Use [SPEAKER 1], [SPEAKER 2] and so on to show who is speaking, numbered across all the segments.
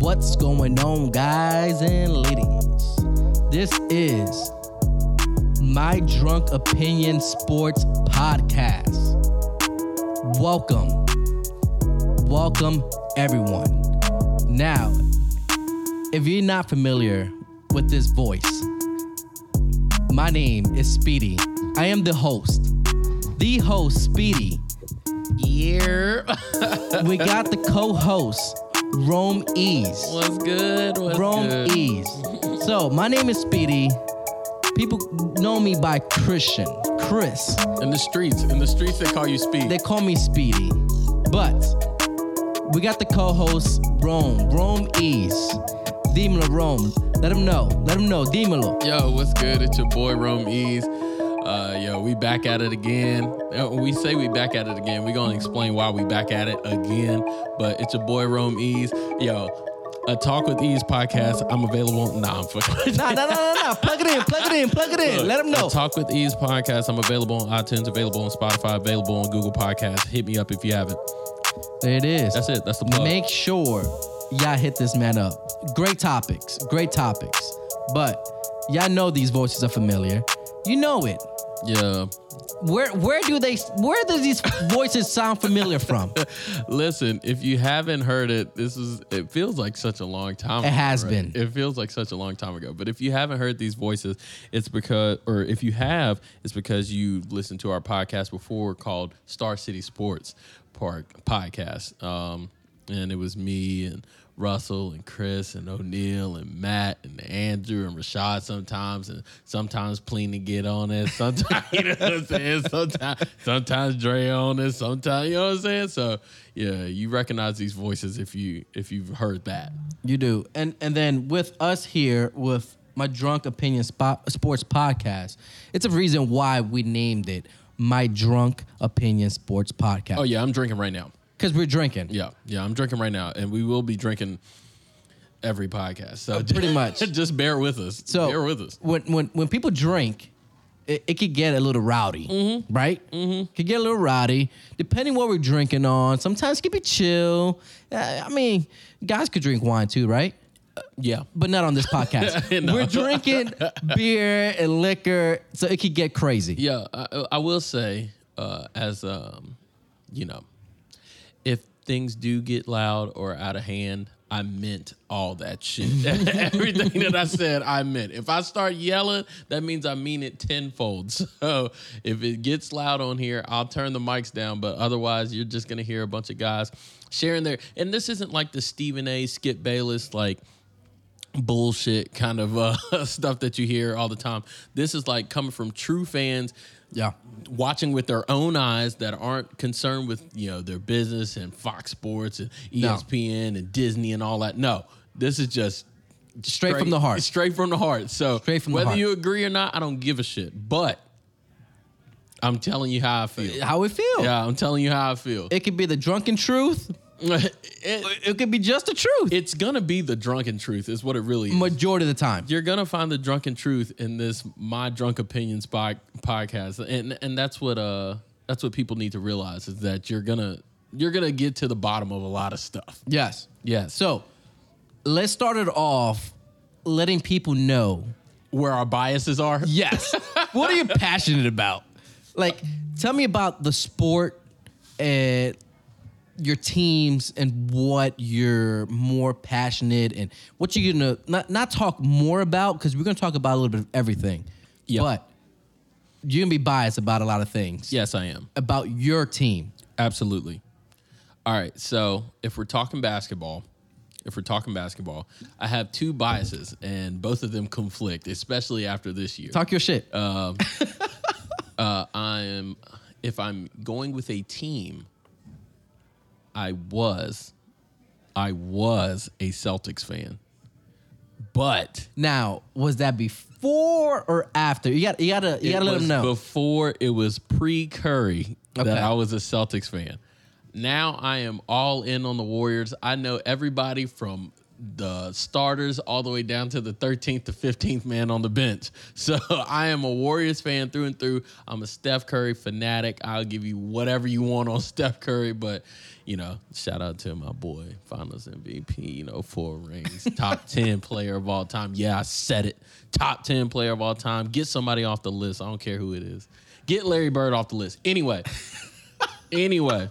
[SPEAKER 1] What's going on, guys and ladies? This is my Drunk Opinion Sports Podcast. Welcome. Welcome, everyone. Now, if you're not familiar with this voice, my name is Speedy. I am the host, the host, Speedy.
[SPEAKER 2] Yeah.
[SPEAKER 1] We got the co host, Rome Ease.
[SPEAKER 2] What's good? What's
[SPEAKER 1] Rome E.
[SPEAKER 2] good?
[SPEAKER 1] Ease. So my name is Speedy. People know me by Christian, Chris.
[SPEAKER 2] In the streets. In the streets, they call you Speed.
[SPEAKER 1] They call me Speedy. But we got the co-host Rome, Rome Ease. Dímelo, Rome. Let him know. Let him know. Dímelo.
[SPEAKER 2] yo, what's good? It's your boy, Rome Ease. Uh, yo, we back at it again. Uh, When we say we back at it again, we going to explain why we back at it again. But it's your boy, Rome Ease. Yo, a Talk with Ease podcast. I'm available. Nah, I'm fucking.
[SPEAKER 1] Nah, nah, nah, nah, nah. Plug it in. Plug it in. Plug it in.
[SPEAKER 2] Look,
[SPEAKER 1] Let him know.
[SPEAKER 2] a Talk with Ease podcast. I'm available on iTunes, available on Spotify, available on Google Podcasts. Hit me up if you haven't.
[SPEAKER 1] There it is.
[SPEAKER 2] That's it. That's the plug.
[SPEAKER 1] Make sure y'all hit this man up. Great topics, great topics. But y'all know these voices are familiar. You know it.
[SPEAKER 2] yeah.
[SPEAKER 1] Where where do they where do these voices sound familiar from? It
[SPEAKER 2] Listen, if you haven't heard it, this is it feels like such a long time
[SPEAKER 1] It has been.
[SPEAKER 2] It feels like such a long time ago. But if you haven't heard these voices, it's because or if you have, it's because you listened to our podcast before called Star City Sports Park Podcast. Um and it was me and Russell and Chris and O'Neal and Matt and Andrew and Rashad sometimes and sometimes Pleen to get on it. Sometimes you know what I'm saying? Sometimes sometimes Dre on it. Sometimes you know what I'm saying? So yeah, you recognize these voices if you if you've heard that.
[SPEAKER 1] You do. And and then with us here with my drunk opinion spot, sports podcast, it's a reason why we named it my drunk opinion sports podcast.
[SPEAKER 2] Oh yeah, I'm drinking right now.
[SPEAKER 1] Cuz we're drinking.
[SPEAKER 2] Yeah, yeah, I'm drinking right now, and we will be drinking every podcast. So
[SPEAKER 1] pretty much.
[SPEAKER 2] Oh, just bear with us.
[SPEAKER 1] So
[SPEAKER 2] bear with us.
[SPEAKER 1] When when when people drink, it, it could get a little rowdy, right? Mm-hmm. Could get a little rowdy depending what we're drinking on. Sometimes it could be chill. Uh, I mean, guys could drink wine too, right?
[SPEAKER 2] Yeah,
[SPEAKER 1] But not on this podcast.
[SPEAKER 2] No.
[SPEAKER 1] We're drinking beer and liquor, so it could get crazy.
[SPEAKER 2] yeah. I, I will say, uh, as um, you know, if things do get loud or out of hand, I meant all that shit. Everything that I said, I meant. If I start yelling, that means I mean it tenfold. So if it gets loud on here, I'll turn the mics down. But otherwise, you're just gonna hear a bunch of guys sharing their. And this isn't like the Stephen A. Skip Bayless like bullshit kind of uh, stuff that you hear all the time. This is like coming from true fans
[SPEAKER 1] Yeah.
[SPEAKER 2] watching with their own eyes that aren't concerned with you know their business and Fox Sports and E
[SPEAKER 1] No.
[SPEAKER 2] ESPN and Disney and all that. No, this is just
[SPEAKER 1] Straight from the heart.
[SPEAKER 2] Straight from the heart. So
[SPEAKER 1] Straight from the
[SPEAKER 2] whether
[SPEAKER 1] heart.
[SPEAKER 2] you agree or not, I don't give a shit. But I'm telling you how I feel.
[SPEAKER 1] How we feel.
[SPEAKER 2] Yeah, I'm telling you how I feel.
[SPEAKER 1] It could be the drunken truth.
[SPEAKER 2] It-
[SPEAKER 1] It could be just the truth.
[SPEAKER 2] it's gonna be the drunken truth, is what it really is.
[SPEAKER 1] Majority of the time.
[SPEAKER 2] you're gonna find the drunken truth in this my drunk opinions pod- podcast and and that's what uh that's what people need to realize is that you're gonna you're gonna get to the bottom of a lot of stuff
[SPEAKER 1] Yes.
[SPEAKER 2] Yes.
[SPEAKER 1] So let's start it off letting people know.
[SPEAKER 2] where our biases are
[SPEAKER 1] Yes. what are you passionate about? Like, tell me about the sport and your teams and what you're more passionate and what you're gonna not not talk more about because we're gonna talk about a little bit of everything.
[SPEAKER 2] Yeah.
[SPEAKER 1] But you're gonna be biased about a lot of things.
[SPEAKER 2] yes i am
[SPEAKER 1] About your team.
[SPEAKER 2] absolutely all right so if we're talking basketball if we're talking basketball i have two biases and both of them conflict especially after this year
[SPEAKER 1] Talk your shit.
[SPEAKER 2] Uh, I am if I'm going with a team, I was I was a Celtics fan. But
[SPEAKER 1] now, was that before or after? You got you gotta you gotta
[SPEAKER 2] it
[SPEAKER 1] let
[SPEAKER 2] was
[SPEAKER 1] them know.
[SPEAKER 2] before it was pre Curry
[SPEAKER 1] Okay.
[SPEAKER 2] that I was a Celtics fan. Now I am all in on the Warriors. I know everybody from the starters all the way down to the 13th to 15th man on the bench. So I am a Warriors fan through and through. I'm a Steph Curry fanatic. I'll give you whatever you want on Steph Curry, but you know, shout out to my boy, Finals MVP, you know, four rings, top 10 player of all time. Yeah, I said it. Top 10 player of all time. Get somebody off the list. I don't care who it is. Get Larry Bird off the list. Anyway. anyway.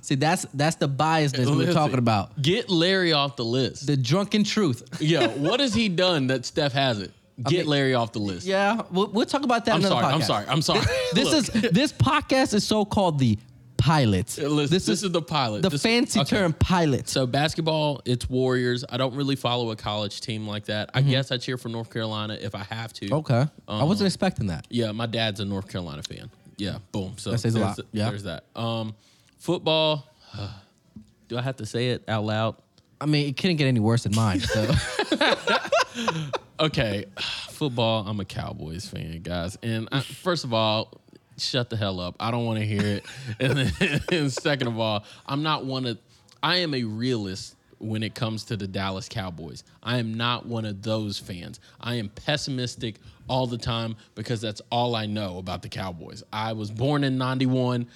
[SPEAKER 1] See, that's that's the biasness we we're
[SPEAKER 2] Listen,
[SPEAKER 1] talking about.
[SPEAKER 2] Get Larry off the list.
[SPEAKER 1] The drunken truth.
[SPEAKER 2] Yeah, what has he done that Steph hasn't? Get
[SPEAKER 1] mean-
[SPEAKER 2] Larry off the list.
[SPEAKER 1] Yeah, we'll, we'll talk about that.
[SPEAKER 2] I'm
[SPEAKER 1] another
[SPEAKER 2] sorry, I'm
[SPEAKER 1] podcast.
[SPEAKER 2] sorry. I'm sorry.
[SPEAKER 1] This
[SPEAKER 2] Look,
[SPEAKER 1] is this podcast is so called the pilot.
[SPEAKER 2] listen,
[SPEAKER 1] this is
[SPEAKER 2] the pilot.
[SPEAKER 1] the
[SPEAKER 2] This-
[SPEAKER 1] fancy
[SPEAKER 2] okay.
[SPEAKER 1] term pilot.
[SPEAKER 2] So basketball, it's Warriors. I don't really follow a college team like that. I guess I cheer for North Carolina if I have to.
[SPEAKER 1] Mm-hmm. okay,
[SPEAKER 2] Um,
[SPEAKER 1] I wasn't expecting that.
[SPEAKER 2] Yeah, my dad's a North Carolina fan. Yeah, boom. So
[SPEAKER 1] That says a
[SPEAKER 2] there's-
[SPEAKER 1] lot. Yeah.
[SPEAKER 2] there's that. Um, football. do I have to say it out loud?
[SPEAKER 1] I mean, it couldn't get any worse than mine. So
[SPEAKER 2] okay, football. I'm a Cowboys fan, guys. And I, first of all, shut the hell up. I don't want to hear it. and, then, and second of all, I'm not one of. I am a realist when it comes to the Dallas Cowboys. I am not one of those fans. I am pessimistic all the time because that's all I know about the Cowboys. I was born in '91.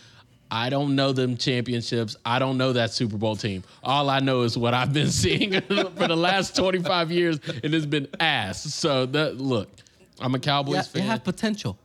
[SPEAKER 2] I don't know them championships. I don't know that Super Bowl team. All I know is what I've been seeing for the last 25 years, and it's been ass. So that look, I'm a Cowboys
[SPEAKER 1] yeah, they
[SPEAKER 2] fan.
[SPEAKER 1] have potential.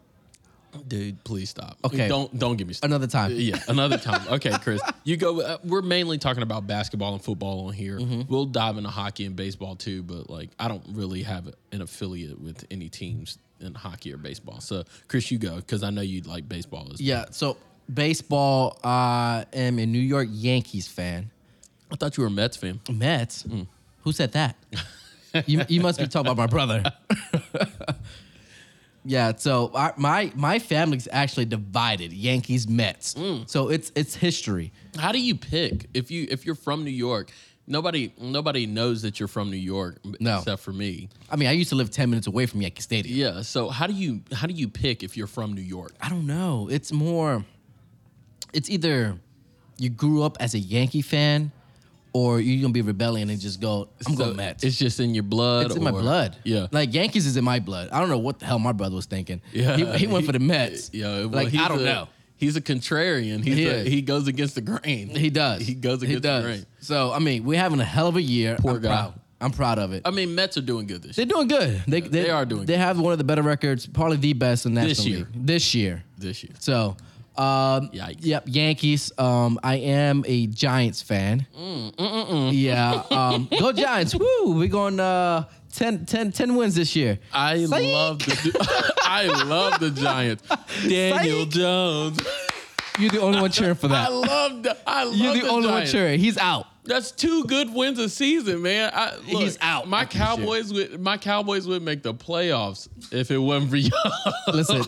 [SPEAKER 2] Dude, please stop.
[SPEAKER 1] Okay.
[SPEAKER 2] don't don't give me started.
[SPEAKER 1] Another time.
[SPEAKER 2] Yeah, another time. Okay, Chris, you go. Uh, we're mainly talking about basketball and football on here. We'll dive into hockey and baseball too, but like I don't really have an affiliate with any teams in hockey or baseball. So Chris, you go because I know you like baseball. As
[SPEAKER 1] Yeah. So baseball. I am a New York Yankees fan.
[SPEAKER 2] I thought you were a Mets fan.
[SPEAKER 1] Mets.
[SPEAKER 2] Mm.
[SPEAKER 1] Who said that? you, you must be talking about my brother. yeah, so I, my my family's actually divided. Yankees, Mets.
[SPEAKER 2] Mm.
[SPEAKER 1] So it's it's history.
[SPEAKER 2] How do you pick if you if you're from New York? Nobody nobody knows that you're from New York
[SPEAKER 1] No.
[SPEAKER 2] except for me.
[SPEAKER 1] I mean, I used to live ten minutes away from Yankee Stadium.
[SPEAKER 2] Yeah. So how do you how do you pick if you're from New York?
[SPEAKER 1] I don't know. It's more. It's either you grew up as a Yankee fan, or you're gonna be rebellion and just go. I'm
[SPEAKER 2] So
[SPEAKER 1] going Mets.
[SPEAKER 2] It's just in your blood.
[SPEAKER 1] It's in my
[SPEAKER 2] or-
[SPEAKER 1] blood.
[SPEAKER 2] Yeah.
[SPEAKER 1] Like Yankees is in my blood. I don't know what the hell my brother was thinking.
[SPEAKER 2] Yeah.
[SPEAKER 1] He, he went for the Mets.
[SPEAKER 2] yeah. well,
[SPEAKER 1] Like
[SPEAKER 2] he's
[SPEAKER 1] I don't
[SPEAKER 2] a-
[SPEAKER 1] know.
[SPEAKER 2] He's a contrarian. He's
[SPEAKER 1] He
[SPEAKER 2] a,
[SPEAKER 1] is.
[SPEAKER 2] he goes against the grain.
[SPEAKER 1] He does.
[SPEAKER 2] He goes against the grain.
[SPEAKER 1] So I mean, we're having a hell of a year.
[SPEAKER 2] Poor
[SPEAKER 1] I'm
[SPEAKER 2] guy.
[SPEAKER 1] Proud. I'm proud of it.
[SPEAKER 2] I mean, Mets are doing good this
[SPEAKER 1] Uh, They're
[SPEAKER 2] year.
[SPEAKER 1] doing good. They, they,
[SPEAKER 2] they are doing
[SPEAKER 1] They
[SPEAKER 2] good.
[SPEAKER 1] have one of the better records, probably the best in National
[SPEAKER 2] This year.
[SPEAKER 1] League. This year.
[SPEAKER 2] This year.
[SPEAKER 1] So, um,
[SPEAKER 2] Yikes.
[SPEAKER 1] yep, Yankees. Um, I am a Giants fan.
[SPEAKER 2] Mm,
[SPEAKER 1] Yeah, um, go Giants! Woo, we're going uh, 10, 10, 10 wins this year.
[SPEAKER 2] I
[SPEAKER 1] Psych.
[SPEAKER 2] love the I love the Giants. Daniel
[SPEAKER 1] Psych.
[SPEAKER 2] Jones.
[SPEAKER 1] You're the only one cheering for
[SPEAKER 2] I
[SPEAKER 1] that.
[SPEAKER 2] love the I love
[SPEAKER 1] You're the, only one
[SPEAKER 2] Giants.
[SPEAKER 1] cheering. He's out.
[SPEAKER 2] That's two good wins a season, man. I, look,
[SPEAKER 1] He's out
[SPEAKER 2] My
[SPEAKER 1] after this year.
[SPEAKER 2] Cowboys would my Cowboys would make the playoffs if it wasn't for you.
[SPEAKER 1] Listen,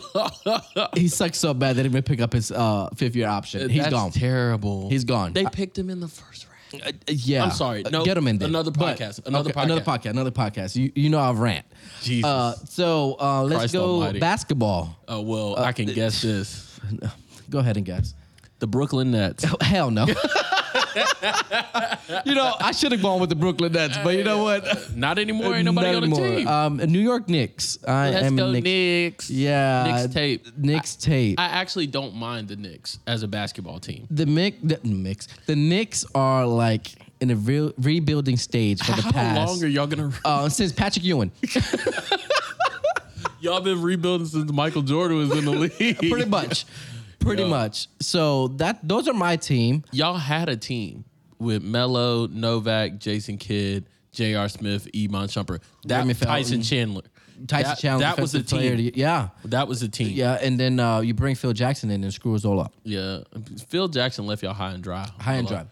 [SPEAKER 1] he sucks so bad they didn't even pick up his uh, fifth year option. He's
[SPEAKER 2] That's
[SPEAKER 1] gone.
[SPEAKER 2] Terrible.
[SPEAKER 1] He's gone.
[SPEAKER 2] They
[SPEAKER 1] I-
[SPEAKER 2] picked him in the first round.
[SPEAKER 1] Uh, yeah,
[SPEAKER 2] I'm sorry.
[SPEAKER 1] Uh,
[SPEAKER 2] No,
[SPEAKER 1] get him in there.
[SPEAKER 2] another
[SPEAKER 1] But-
[SPEAKER 2] podcast, another
[SPEAKER 1] Another
[SPEAKER 2] podcast.
[SPEAKER 1] podcast. Another podcast. You you know I'll rant.
[SPEAKER 2] Jesus.
[SPEAKER 1] Uh, so uh, let's
[SPEAKER 2] Christ
[SPEAKER 1] go
[SPEAKER 2] almighty.
[SPEAKER 1] basketball. uh,
[SPEAKER 2] Oh well, I can guess this.
[SPEAKER 1] Go ahead and guess.
[SPEAKER 2] The Brooklyn Nets.
[SPEAKER 1] Hell no. you know I should have gone with the Brooklyn Nets, but you know what?
[SPEAKER 2] Not anymore. Ain't nobody
[SPEAKER 1] Not
[SPEAKER 2] on the
[SPEAKER 1] anymore.
[SPEAKER 2] team.
[SPEAKER 1] Um, New York Knicks. I
[SPEAKER 2] Let's
[SPEAKER 1] am a
[SPEAKER 2] go
[SPEAKER 1] Knicks.
[SPEAKER 2] Knicks.
[SPEAKER 1] Yeah,
[SPEAKER 2] Knicks tape.
[SPEAKER 1] Knicks tape.
[SPEAKER 2] I actually don't mind the Knicks as a basketball team.
[SPEAKER 1] the mix, the mix, the Knicks are like in a real rebuilding stage for the
[SPEAKER 2] How
[SPEAKER 1] past.
[SPEAKER 2] long are y'all gonna?
[SPEAKER 1] uh, since Patrick Ewing,
[SPEAKER 2] y'all been rebuilding since Michael Jordan was in the league.
[SPEAKER 1] pretty much, pretty
[SPEAKER 2] Yeah.
[SPEAKER 1] much. So that those are my team.
[SPEAKER 2] y'all had a team with Melo, Novak, Jason Kidd, J.R. Smith, Iman Shumpert, that
[SPEAKER 1] Jeremy Felton.
[SPEAKER 2] Tyson Chandler.
[SPEAKER 1] Tyson
[SPEAKER 2] that,
[SPEAKER 1] Chandler,
[SPEAKER 2] That was the
[SPEAKER 1] defensive player
[SPEAKER 2] team.
[SPEAKER 1] of the- Yeah,
[SPEAKER 2] That was the team. Yeah.
[SPEAKER 1] yeah. And then uh, you bring Phil Jackson in and screw us all up,
[SPEAKER 2] yeah. Phil Jackson left y'all high and dry.
[SPEAKER 1] high and dry.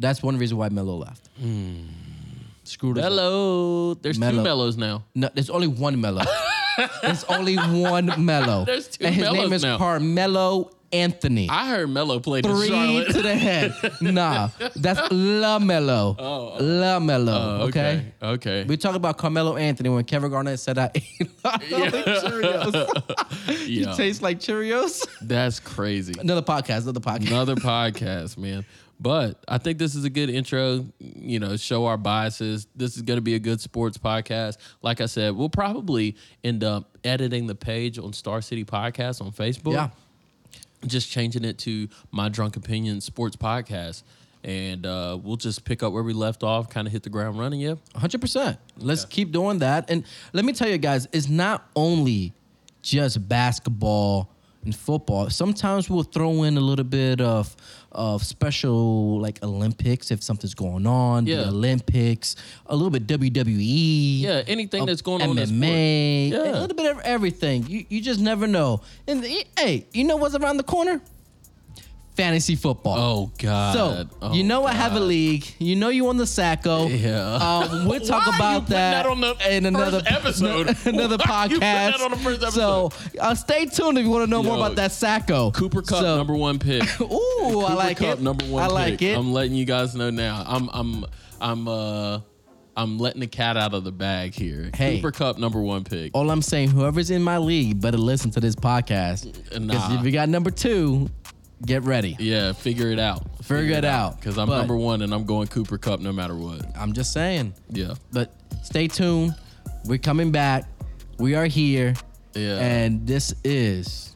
[SPEAKER 1] That's one reason why Melo left.
[SPEAKER 2] Hmm.
[SPEAKER 1] Screwed us up.
[SPEAKER 2] Mello. There's
[SPEAKER 1] Melo.
[SPEAKER 2] two Mellows now.
[SPEAKER 1] No, there's only one Mello. there's only one Mello.
[SPEAKER 2] There's two
[SPEAKER 1] and his
[SPEAKER 2] Mellos
[SPEAKER 1] name is
[SPEAKER 2] now.
[SPEAKER 1] Carmelo Anthony.
[SPEAKER 2] I heard Melo played in
[SPEAKER 1] Three
[SPEAKER 2] Charlotte.
[SPEAKER 1] to the head. Nah, that's LaMelo. Oh, LaMelo. okay.
[SPEAKER 2] Okay.
[SPEAKER 1] We talk about Carmelo Anthony when Kevin Garnett said I ate a lot of Cheerios. you
[SPEAKER 2] Yeah.
[SPEAKER 1] taste like Cheerios.
[SPEAKER 2] That's crazy.
[SPEAKER 1] Another podcast, another podcast.
[SPEAKER 2] Another podcast, man. But I think this is a good intro, you know, show our biases. This is going to be a good sports podcast. Like I said, we'll probably end up editing the page on Star City Podcast on Facebook.
[SPEAKER 1] Yeah.
[SPEAKER 2] Just changing it to My Drunk Opinion Sports Podcast. And uh, we'll just pick up where we left off, kind of hit the ground running. Yeah.
[SPEAKER 1] hundred percent. Let's keep doing that. And let me tell you guys, it's not only just basketball and football. Sometimes we'll throw in a little bit of of special like Olympics if something's going on. the
[SPEAKER 2] Yeah.
[SPEAKER 1] Olympics, a little bit E, WWE.
[SPEAKER 2] Yeah. Anything that's going on in that sport.
[SPEAKER 1] MMA,
[SPEAKER 2] Yeah.
[SPEAKER 1] uh, Um, a little bit of everything. You you just never know. And the- hey, you know what's around the corner? Fantasy football.
[SPEAKER 2] Oh, God.
[SPEAKER 1] So
[SPEAKER 2] Oh,
[SPEAKER 1] you know I have a
[SPEAKER 2] God.
[SPEAKER 1] league. You know you on the Sacco.
[SPEAKER 2] Yeah.
[SPEAKER 1] Um, we'll talk
[SPEAKER 2] Why are you
[SPEAKER 1] about
[SPEAKER 2] putting that on the
[SPEAKER 1] in another
[SPEAKER 2] first episode?
[SPEAKER 1] another
[SPEAKER 2] Why are you putting that
[SPEAKER 1] podcast.
[SPEAKER 2] on the first
[SPEAKER 1] So uh, stay tuned if you want to know more
[SPEAKER 2] Yo,
[SPEAKER 1] about that Sacco.
[SPEAKER 2] Cooper Cup
[SPEAKER 1] So-
[SPEAKER 2] number one pick.
[SPEAKER 1] Ooh, I
[SPEAKER 2] Cooper
[SPEAKER 1] like
[SPEAKER 2] Cup
[SPEAKER 1] it.
[SPEAKER 2] number one.
[SPEAKER 1] I like
[SPEAKER 2] pick. Um,
[SPEAKER 1] it.
[SPEAKER 2] I'm letting you guys know now. I'm I'm I'm uh I'm letting the cat out of the bag here.
[SPEAKER 1] Hey. Oh.
[SPEAKER 2] Cooper Cup number one pick.
[SPEAKER 1] All I'm saying, whoever's in my league, better listen to this podcast. Because
[SPEAKER 2] Nah.
[SPEAKER 1] if you got number two, get ready.
[SPEAKER 2] Yeah, figure it out.
[SPEAKER 1] Figure it out.
[SPEAKER 2] Because I'm
[SPEAKER 1] But
[SPEAKER 2] number one and I'm going Cooper Cup no matter what.
[SPEAKER 1] I'm just saying.
[SPEAKER 2] Yeah.
[SPEAKER 1] But stay tuned. We're coming back. We are here.
[SPEAKER 2] Yeah.
[SPEAKER 1] And this is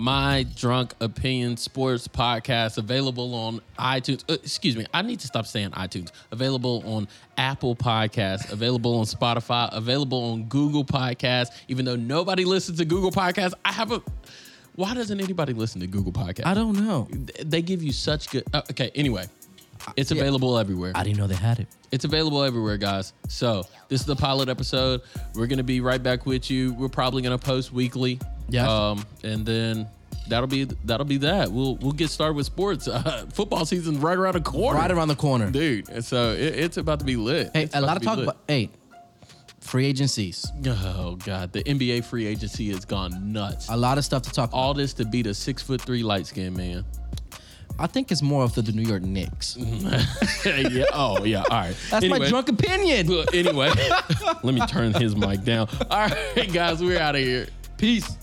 [SPEAKER 2] My Drunk Opinion Sports Podcast available on iTunes. Uh, excuse me, I need to stop saying iTunes. Available on Apple Podcasts, available on Spotify, available on Google Podcasts. Even though nobody listens to Google Podcasts, I have a. Why doesn't anybody listen to Google Podcasts?
[SPEAKER 1] I don't know.
[SPEAKER 2] They give you such good. Uh, okay, anyway, it's
[SPEAKER 1] yeah.
[SPEAKER 2] available everywhere.
[SPEAKER 1] I didn't know they had it.
[SPEAKER 2] It's available everywhere, guys. So this is the pilot episode. We're gonna be right back with you. We're probably gonna post weekly.
[SPEAKER 1] Yes.
[SPEAKER 2] Um, and then that'll be that'll be that. We'll we'll get started with sports. Uh, football season's right around the corner,
[SPEAKER 1] Right around the corner.
[SPEAKER 2] dude. And so it, it's about to be lit.
[SPEAKER 1] Hey,
[SPEAKER 2] It's
[SPEAKER 1] a lot
[SPEAKER 2] to
[SPEAKER 1] of
[SPEAKER 2] be
[SPEAKER 1] talk
[SPEAKER 2] lit.
[SPEAKER 1] about hey, free agencies.
[SPEAKER 2] Oh god, the NBA free agency has gone nuts.
[SPEAKER 1] A lot of stuff to talk.
[SPEAKER 2] All this to beat a six foot three light skinned man.
[SPEAKER 1] I think it's more of the, the New York Knicks.
[SPEAKER 2] yeah. Oh yeah. All right.
[SPEAKER 1] That's my
[SPEAKER 2] Mm-hmm. Anyway.
[SPEAKER 1] drunk opinion.
[SPEAKER 2] Well, anyway, let me turn his mic down. All right, guys, we're out of here. Peace.